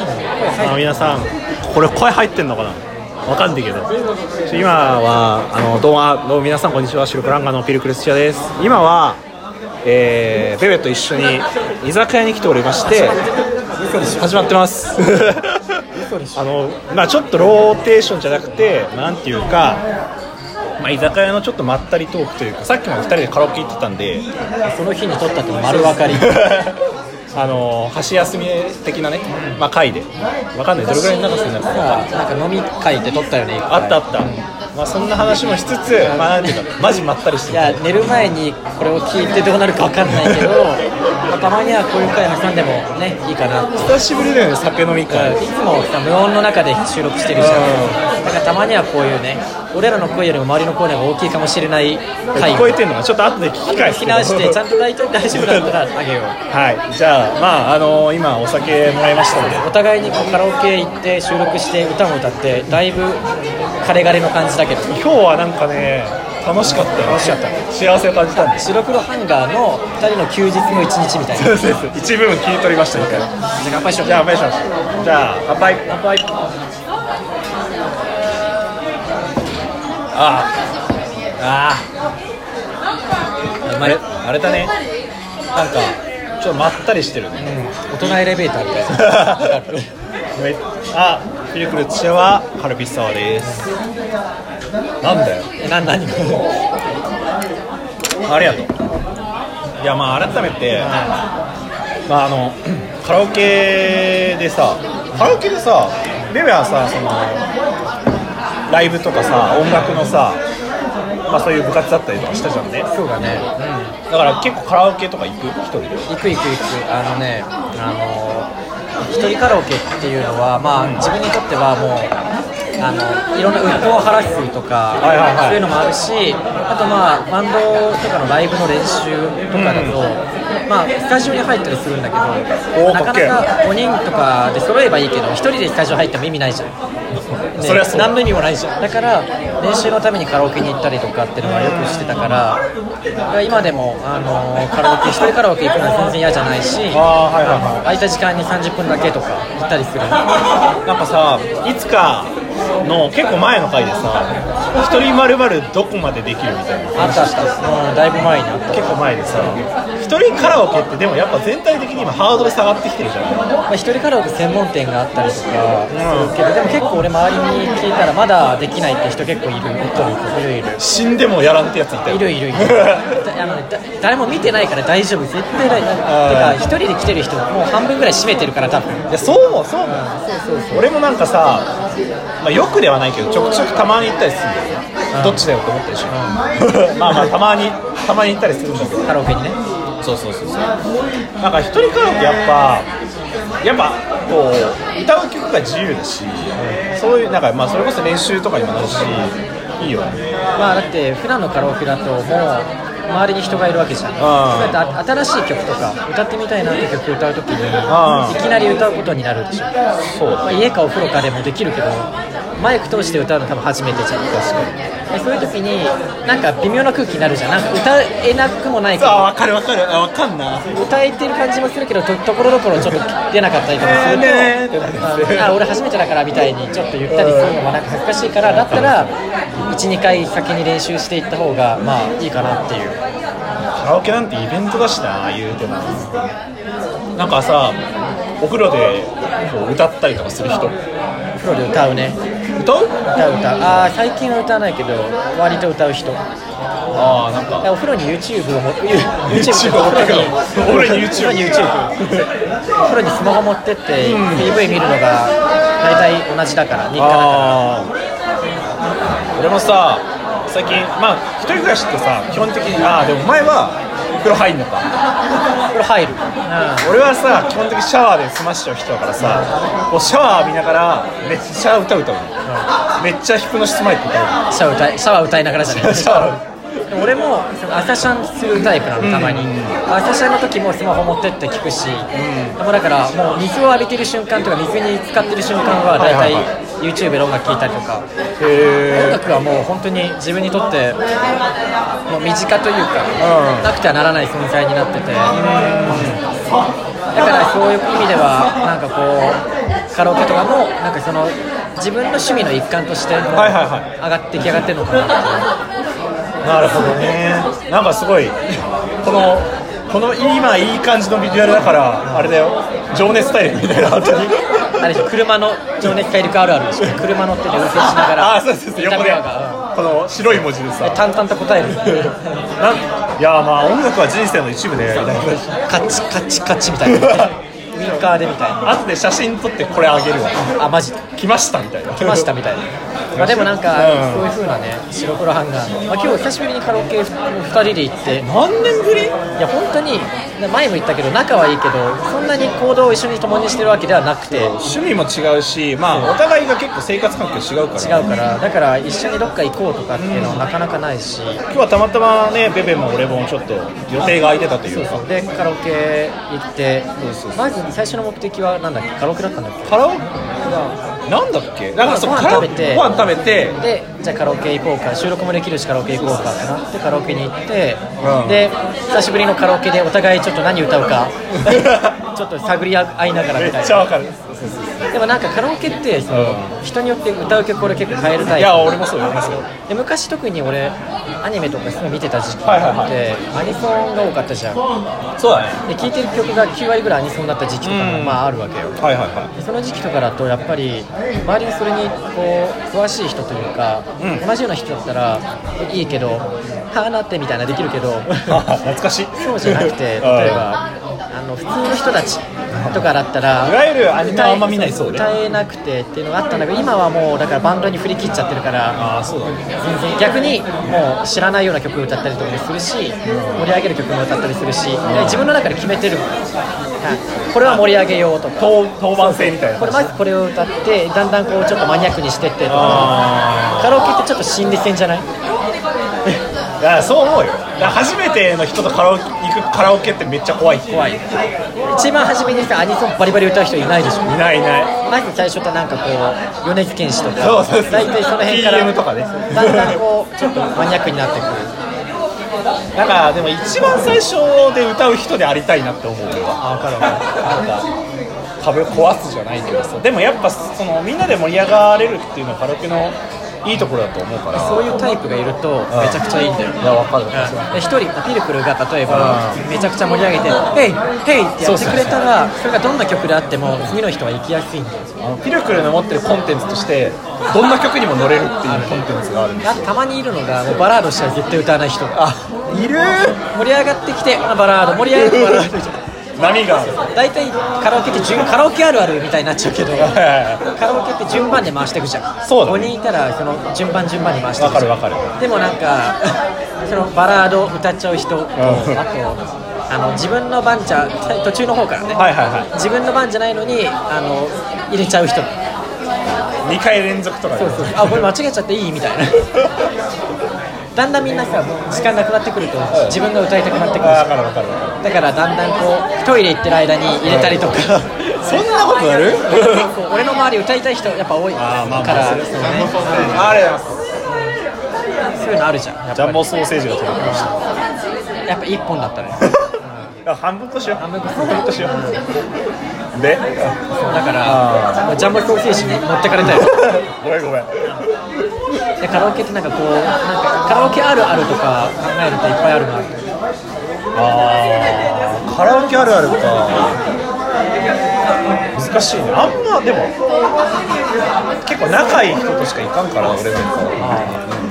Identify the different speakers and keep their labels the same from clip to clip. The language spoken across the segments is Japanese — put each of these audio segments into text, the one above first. Speaker 1: あの皆さんこれ声入ってんのかなわかんないけど今はあのどうもどうも皆さんこんにちはシルクランガのピルクルスチアです今はえー、ベベと一緒に居酒屋に来ておりまして始まってます あのまあちょっとローテーションじゃなくてなんていうかまあ、居酒屋のちょっとまったりトークというかさっきも2人でカラオケ行ってたんで
Speaker 2: その日に撮ったって丸分かり
Speaker 1: あの箸休み的なね、まあ、回でわかんないどれぐらいの長さになるか
Speaker 2: さあなんか飲み会って撮ったよね一回
Speaker 1: あったあった、まあ、そんな話もしつつ、まあ、なんていうかマジまったりし
Speaker 2: い
Speaker 1: て
Speaker 2: や寝る前にこれを聞いてどうなるか分かんないけど、まあたまにはこういう回挟んでもねいいかなって
Speaker 1: 久しぶりだよね酒飲み会
Speaker 2: いつもさ無音の中で収録してるじゃんだからたまにはこういうね俺らの声よりも周りの声の方が大きいかもしれない回
Speaker 1: 聞こえてんのかちょっと後で聞き返す
Speaker 2: 聞き直してちゃんと大丈夫大丈夫だったらあげよう
Speaker 1: はいじゃあまああの今お酒もらいましたので
Speaker 2: お互いにこうカラオケ行って収録して歌も歌ってだいぶカレガレの感じだけど
Speaker 1: 今日はなんかね楽しかった楽しかった幸せを感じたんです
Speaker 2: 白黒ハンガーの2人の休日の一日みたいな
Speaker 1: そうです 一部分切り取りました一回
Speaker 2: じゃあ乾杯しよう
Speaker 1: じゃあ乾杯しましょうじゃあ乾杯
Speaker 2: 乾杯
Speaker 1: あ
Speaker 2: ああうまい
Speaker 1: ああれだねなんかちょっとまったりしてるね
Speaker 2: 大人エレベーターみたいな
Speaker 1: めあ、ピルクル土屋はカルピスサワーです。なんだよ。
Speaker 2: えな何
Speaker 1: ありがとう。いやまあ改めて、まああの カラオケでさ、カラオケでさ、ベベはさそのライブとかさ音楽のさ、まあそういう部活だったりとかしたじゃんね。だ
Speaker 2: そうだね
Speaker 1: から結構カラオケとか行く一人で。
Speaker 2: 行く行く行くあのねあの一人カラオケっていうのはまあ自分にとってはもうあのいろんな鬱憤を晴らすとか、
Speaker 1: いはいはい
Speaker 2: そういうのもあるしあとまあバンドとかのライブの練習とかだと、まあスタジオに入ったりするんだけ
Speaker 1: お
Speaker 2: ど
Speaker 1: ー
Speaker 2: な
Speaker 1: か
Speaker 2: かな
Speaker 1: っけえ
Speaker 2: か5人とかで揃えばいいけど一人でスタジオ入っても意味ないじゃん、ね
Speaker 1: そりゃそうだ
Speaker 2: 何の意味もないじゃんだから練習のためにカラオケに行ったりとかっていうのはよくしてたから今でも、あのーカラオケ一人カラオケ行くのは全然嫌じゃないし
Speaker 1: ああはいはいはい。
Speaker 2: 空いた時間に30分だけとか行ったりする
Speaker 1: なんかさいつかの結構前の回でさ「一人まるまるどこまでできる?」みたいな
Speaker 2: あったあった、うん、だいぶ前にあった、
Speaker 1: 結構前でさ一人カラオケってでもやっぱ全体的に今ハードル下がってきてるじゃない
Speaker 2: まあ、一人カラオケ専門店があったりとかするけどでも結構俺周りに聞いたらまだできないって人結構いるいるいる
Speaker 1: 死んでもやらんってや ついたよ
Speaker 2: いるいるいる だあのねだ誰も見てないから大丈夫絶対大丈
Speaker 1: あー
Speaker 2: 夫てか一人で来てる人もう半分ぐらい占めてるから多分
Speaker 1: いやそうもそうも俺もなんかさ、まあ、よくではないけどちょくちょくたまに行ったりするんだよねどっちだよって思ってるし、 まあまあたまにたまに行ったりするんだけど
Speaker 2: カラオケにね
Speaker 1: そうそうそうそうなんか一人カラオケやっぱやっぱこう歌う曲が自由だし、そういうなんかまあそれこそ練習とかにもなるしいいよね
Speaker 2: まあだって普段のカラオケだともう周りに人がいるわけじゃんそうやってあ新しい曲とか歌ってみたいなって曲歌うとき
Speaker 1: あー
Speaker 2: にいきなり歌うことになるでしょ、
Speaker 1: そう
Speaker 2: まあ、家かお風呂かでもできるけどマイク通して歌うの多分初めてじゃん確かにそういう時になんか微妙な空気になるじゃんなんか歌えなくもないけど
Speaker 1: あ分かる分かるあ分かんな
Speaker 2: 歌えてる感じもするけどとところどころちょっと出なかったりとかすると、
Speaker 1: えーねーってなるんですね
Speaker 2: ああ俺初めてだからみたいにちょっと言ったりするのもなんか恥ずかしいからだったら12回先に練習していった方がまあいいかなっていう
Speaker 1: カラオケなんてイベントだしな言うてもなんかさお風呂でこう歌ったりとかする人
Speaker 2: プロで歌うね
Speaker 1: 歌う
Speaker 2: 歌う歌うああ最近は歌わないけど割と歌う人
Speaker 1: ああなんか
Speaker 2: お風呂に YouTube を持って YouTube
Speaker 1: YouTube を持ってくのお風呂に YouTube
Speaker 2: お風呂に YouTube お風呂にスマホ持ってって PV 見るのが大体同じだから日課だか
Speaker 1: あ
Speaker 2: ら
Speaker 1: あ俺もさ最近まあ一人暮らしってさ基本的にああでもお前は風呂入んのか
Speaker 2: お風呂入るうん
Speaker 1: 俺はさ基本的にシャワーで済ましちゃう人だからさこうシャワー浴びながらめっちゃ歌歌うの、めっちゃヒプノシスマイク歌うの
Speaker 2: シャワー歌いシャワー歌いながらじゃな い
Speaker 1: シャワー
Speaker 2: 俺もその朝シャンするタイプなのたまに、朝シャンの時もスマホ持ってって聞くし、でもだからもう水を浴びてる瞬間とか水に浸かってる瞬間は大
Speaker 1: はい
Speaker 2: 体
Speaker 1: はい
Speaker 2: YouTube で音楽聴いたりとか音
Speaker 1: へえ
Speaker 2: 楽はもう本当に自分にとってもう身近というか、
Speaker 1: うん
Speaker 2: なくてはならない存在になってて、だからそういう意味ではなんかこうカラオケとかもなんかその自分の趣味の一環としてもう上
Speaker 1: はいはいはい
Speaker 2: がって出来上がってるのかなっていう
Speaker 1: なるほどねなんかすごいこのこの今いい感じのビジュアルだからあれだよ情熱大陸みたいな本当に
Speaker 2: あれでしょ車の情熱大陸あるあるでしょ車乗ってて運転しながら
Speaker 1: ああそうそうそう横で
Speaker 2: 歌いながら
Speaker 1: この白い文字でさ
Speaker 2: 淡々と答える
Speaker 1: なんいやまあ音楽は人生の一部でみたいな感じ
Speaker 2: カチカチカチみたいなウィンカーでみたいな
Speaker 1: 後で写真撮ってこれあげるわ
Speaker 2: あマジで
Speaker 1: 来ましたみたいな
Speaker 2: 来ましたみたいなまあでもなんか
Speaker 1: うん
Speaker 2: そういう風なね白黒ハンガーの、まあ、今日久しぶりにカラオケ2人で行って
Speaker 1: 何年ぶりはい
Speaker 2: や本当に前も言ったけど仲はいいけどそんなに行動を一緒に共にしてるわけではなくて違う
Speaker 1: 趣味も違うしまあお互いが結構生活環境違うから
Speaker 2: からだから一緒にどっか行こうとかっていうのはなかなかないし、
Speaker 1: 今日はたまたまねベベも俺もちょっと予定が空いてたとい
Speaker 2: そうう
Speaker 1: か
Speaker 2: そうでカラオケ行ってまず最初の目的はなんだっけカラオケだったんだっけ
Speaker 1: カラオケなんだっけだからそう
Speaker 2: ご飯
Speaker 1: カラオ
Speaker 2: 食べて
Speaker 1: ご飯食べて
Speaker 2: でじゃあカラオケ行こうか収録もできるしカラオケ行こうかってなってカラオケに行って、
Speaker 1: うん
Speaker 2: で久しぶりのカラオケでお互いちょっと何歌うかちょっと探り合いながら
Speaker 1: め
Speaker 2: みた
Speaker 1: っ
Speaker 2: い
Speaker 1: ちゃ
Speaker 2: な
Speaker 1: わかる
Speaker 2: でもなんかカラオケってその、人によって歌う曲俺結構変えるタイプ
Speaker 1: いや俺もそうよ俺もそうよ
Speaker 2: で昔特に俺アニメとかそういうの見てた時期
Speaker 1: はいはい
Speaker 2: が
Speaker 1: は
Speaker 2: あっ
Speaker 1: い
Speaker 2: て、アニソンが多かったじゃん
Speaker 1: そうだね
Speaker 2: で聴いてる曲が9割ぐらいアニソンだった時期とかも
Speaker 1: うん
Speaker 2: まああるわけよ
Speaker 1: はいはいは
Speaker 2: でその時期とかだとやっぱり周りにそれにこう詳しい人というか、
Speaker 1: うん
Speaker 2: 同じような人だったらいいけど「はあなって」みたいなできるけど
Speaker 1: い懐かしい
Speaker 2: そうじゃなくて例えばあの普通の人たちとかだったら
Speaker 1: いわゆるアニメはあんま見ないそうね
Speaker 2: 歌えなくてっていうのがあったんだけど今はもうだからバンドに振り切っちゃってるから
Speaker 1: ああそうだね
Speaker 2: 全然逆にもう知らないような曲を歌ったりとかもするし盛り上げる曲も歌ったりするし自分の中で決めてるもんはいこれは盛り上げようとか
Speaker 1: 当当番制みたいな
Speaker 2: これまずこれを歌ってだんだんこうちょっとマニアックにしてってとか
Speaker 1: あ
Speaker 2: カラオケってちょっと心理戦じゃない
Speaker 1: あいやそう思うよだから初めての人とカラオケ行くカラオケってめっちゃ怖いって
Speaker 2: 怖い一番初めにさアニソンバリバリ歌う人いないでしょ
Speaker 1: いないいない
Speaker 2: まず最初ってなんかこう米津玄師とか
Speaker 1: そうそうそう
Speaker 2: 大体その辺から
Speaker 1: PM とかね
Speaker 2: だんだんこうちょっとマニアックになってくる
Speaker 1: なんかでも一番最初で歌う人でありたいなって思うよ
Speaker 2: あ分かる分かる
Speaker 1: なんか壁を壊すじゃないけどさでもやっぱそのみんなで盛り上がれるっていうのはカラオケのいいところだと思うから
Speaker 2: そういうタイプがいるとめちゃくちゃいいんだよ
Speaker 1: いやわかる
Speaker 2: で一人ピルクルが例えば
Speaker 1: う
Speaker 2: めちゃくちゃ盛り上げて「ヘイヘイ!」ってや
Speaker 1: そう
Speaker 2: っ
Speaker 1: そ
Speaker 2: て
Speaker 1: うそう
Speaker 2: くれたらそれがどんな曲であっても次の人は行きやすいんだよ
Speaker 1: あのピルクルの持ってるコンテンツとしてどんな曲にも乗れるっていうコンテンツがあるんです
Speaker 2: あとたまにいるのがもうバラードしたら絶対歌わない人
Speaker 1: あいる
Speaker 2: 盛り上がってきてあバラード盛り上がってバラードじゃん
Speaker 1: 波がある
Speaker 2: 大体カラオケって順カラオケあるあるみたいになっちゃうけど
Speaker 1: は
Speaker 2: カラオケって順番で回していくじゃん
Speaker 1: そうだね
Speaker 2: 5人いたらその順番順番に回してい
Speaker 1: わ
Speaker 2: く
Speaker 1: か
Speaker 2: じゃ
Speaker 1: る
Speaker 2: ん
Speaker 1: わかる
Speaker 2: でもなんか そのバラード歌っちゃう人とあとあの自分の番じゃ途中の方からね、
Speaker 1: はいはい
Speaker 2: 自分の番じゃないのにあの入れちゃう人
Speaker 1: はい2回連続とかで
Speaker 2: そうそうあこれ間違えちゃっていい みたいなだんだんみんなさもう時間なくなってくると自分が歌いたくなってくる
Speaker 1: あわかるわかるわか
Speaker 2: しだからだんだんこうトイレ行ってる間に入れたりとか
Speaker 1: るそんなことある
Speaker 2: 結構俺の周り歌いたい人やっぱ多いか
Speaker 1: あーまあまあ
Speaker 2: ら
Speaker 1: そうです
Speaker 2: そ
Speaker 1: ね
Speaker 2: うね
Speaker 1: ありがとうございま
Speaker 2: そういうのあるじゃんやっ
Speaker 1: すジャ
Speaker 2: ぱ
Speaker 1: ンボソーセージが届きまし
Speaker 2: やっぱ一本だっ たね
Speaker 1: たあ半分としよう
Speaker 2: 半
Speaker 1: 半
Speaker 2: 分こ
Speaker 1: 分としよう で
Speaker 2: そうだか
Speaker 1: あ
Speaker 2: らもうジャンボソーセージに持ってかれたよ
Speaker 1: ごめんごめん
Speaker 2: でカラオケってなんかこうなんかカラオケあるあるとか考えるといっぱいあるなって
Speaker 1: あーカラオケあるあるか難しいねあんまでも結構仲いい人としか行かんから俺なんか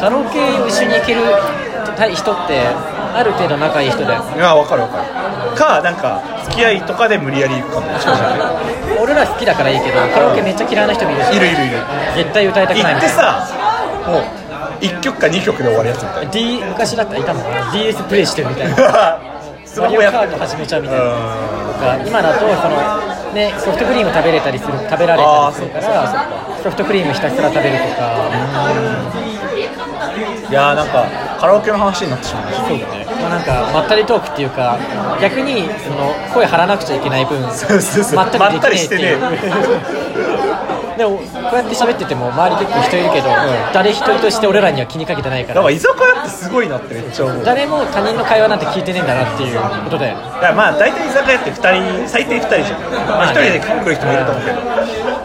Speaker 2: カラオケを一緒に行ける人ってある程度仲いい人だよ
Speaker 1: いや分かる分かるかなんか付き合いとかで無理やり行くかもしれな
Speaker 2: 俺ら好きだからいいけどカラオケめっちゃ嫌いな人もいる
Speaker 1: い
Speaker 2: し
Speaker 1: いるいるいる
Speaker 2: 絶対歌いたくな
Speaker 1: 行
Speaker 2: いみ
Speaker 1: って
Speaker 2: たいな
Speaker 1: さもう1曲か2曲で終わるやつみたい
Speaker 2: D 昔だったらいたもんね DS プレイしてるみたいな
Speaker 1: なス
Speaker 2: マ
Speaker 1: マ
Speaker 2: リ
Speaker 1: ホ
Speaker 2: オカ
Speaker 1: やっ
Speaker 2: ー
Speaker 1: て
Speaker 2: ト始めちゃうみ
Speaker 1: う
Speaker 2: たいなとか今だとその、ね、ソフトクリーム食べれたりする食べられたりするからソフトクリームひたすら食べるとか、
Speaker 1: んいやーなんかカラオケの話になってしまいましたそうだね
Speaker 2: まあ、なんかまったりトークっていうか逆にその声張らなくちゃいけない分
Speaker 1: そうそうそう
Speaker 2: まったりできねえっていう
Speaker 1: まったりしてね
Speaker 2: でもこうやって喋ってても周り結構人いるけど、誰一人として俺らには気にかけてないか
Speaker 1: だからら居酒屋ってすごいなってめっちゃ思うだか
Speaker 2: 誰も他人の会話なんて聞いてねえんだなっていうことだよね
Speaker 1: らまあ大体居酒屋って2人最低2人じゃん、まあ、1人で来る人もいると思うけ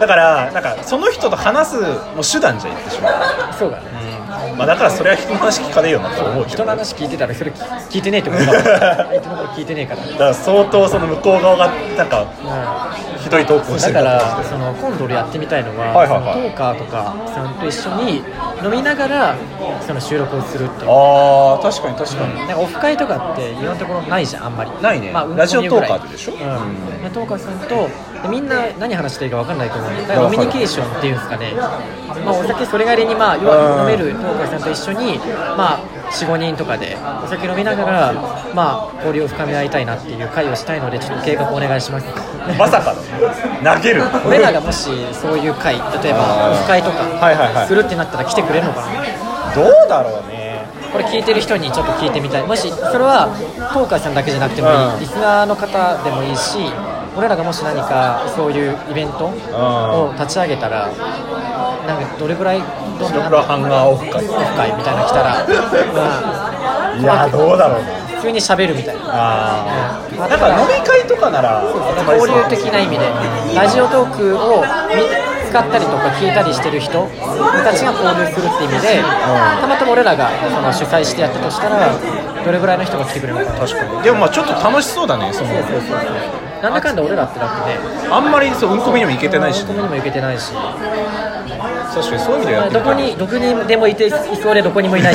Speaker 1: どだからなんかその人と話すもう手段じゃん言ってしまう、
Speaker 2: そうだね
Speaker 1: まあ、だからそれは人の話聞かねえよなと思うけど
Speaker 2: 人の話聞いてたらそれ聞いてねえってことだもん相手のこと聞いてねえから
Speaker 1: だから相当その向こう側がなんかひどい投稿して
Speaker 2: だ
Speaker 1: る
Speaker 2: からその今度俺やってみたいのは、
Speaker 1: はいはいはい
Speaker 2: そのトーカーとかさんと一緒に飲みながらその収録をするっていう
Speaker 1: ああ確かに確かに、
Speaker 2: なんかオフ会とかって今のところないじゃんあんまり
Speaker 1: ないね
Speaker 2: うん
Speaker 1: ラジオトーカー
Speaker 2: こに
Speaker 1: でしょ
Speaker 2: ぐ
Speaker 1: う
Speaker 2: らいうん
Speaker 1: ん
Speaker 2: まあトーカーさんとでみんな何話していいか分かんないと思うんでだか
Speaker 1: あ
Speaker 2: ら
Speaker 1: は
Speaker 2: コ
Speaker 1: い
Speaker 2: ミュニケーションっていうんですかね、まあ、お酒それなりにまあ弱く飲めるトーカーさんと一緒に、まあ、45人とかでお酒飲みながら、まあ、交流を深め合いたいなっていう会をしたいのでちょっと計画お願い します
Speaker 1: まさかの投げる
Speaker 2: 俺らがもしそういう会例えばオフ会と
Speaker 1: はいはいは
Speaker 2: か
Speaker 1: い
Speaker 2: するってなったら来てくれるのかな、
Speaker 1: どうだろうね
Speaker 2: これ聞いてる人にちょっと聞いてみたいもしそれは東海さんだけじゃなくてもいい、
Speaker 1: うん
Speaker 2: リスナーの方でもいいし俺らがもし何かそういうイベントを立ち上げたらなんかどれぐらいどん
Speaker 1: 白
Speaker 2: な
Speaker 1: 黒ハンガーオフ会
Speaker 2: 会みたいなの来たら、まあ
Speaker 1: いやどうだろうね
Speaker 2: 普通に喋るみたいな。
Speaker 1: ああなんか飲み会とかなら
Speaker 2: 交流的な意味でラジオトークをみ使ったりとか聞いたりしてる人たちが交流するって意味でたまたま俺らがその主催してやったとしたらどれぐらいの人が来てくれるのかな
Speaker 1: 確かにでもまあちょっと楽しそうだねその
Speaker 2: なんだかんだ俺らってだってね、
Speaker 1: あんまりそううんこみにも行けてないし
Speaker 2: どこ
Speaker 1: ね
Speaker 2: にも行けてないし、
Speaker 1: 確かにそういう意味ではやって
Speaker 2: ど
Speaker 1: み
Speaker 2: こ
Speaker 1: たい
Speaker 2: にどこにでもいていそうでどこにもいない。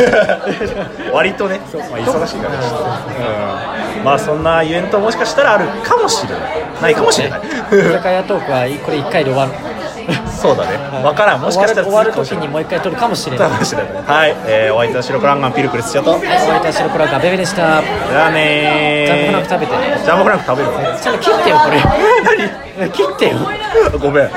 Speaker 1: 割とね、まあ、忙しいからねうんまあそんなイベントもしかしたらあるかもしれないないかもしれない
Speaker 2: 居酒屋トークはこれ一回で終わる。
Speaker 1: そうだね分からんもしかしたら
Speaker 2: 終わる
Speaker 1: 続くかもしれ
Speaker 2: 終わる時
Speaker 1: ない
Speaker 2: にもう一回撮るかもしれない。
Speaker 1: かもしれないはい、えー、お相手は白黒アンガンピルクルスチャと
Speaker 2: お相手は白黒がベベでした。ち
Speaker 1: じゃあね
Speaker 2: ジャンボフラン
Speaker 1: ー
Speaker 2: ク食べてね
Speaker 1: ジャンボフランク食べる
Speaker 2: ゃんと切ってよこれ。切ってよ。
Speaker 1: ごめん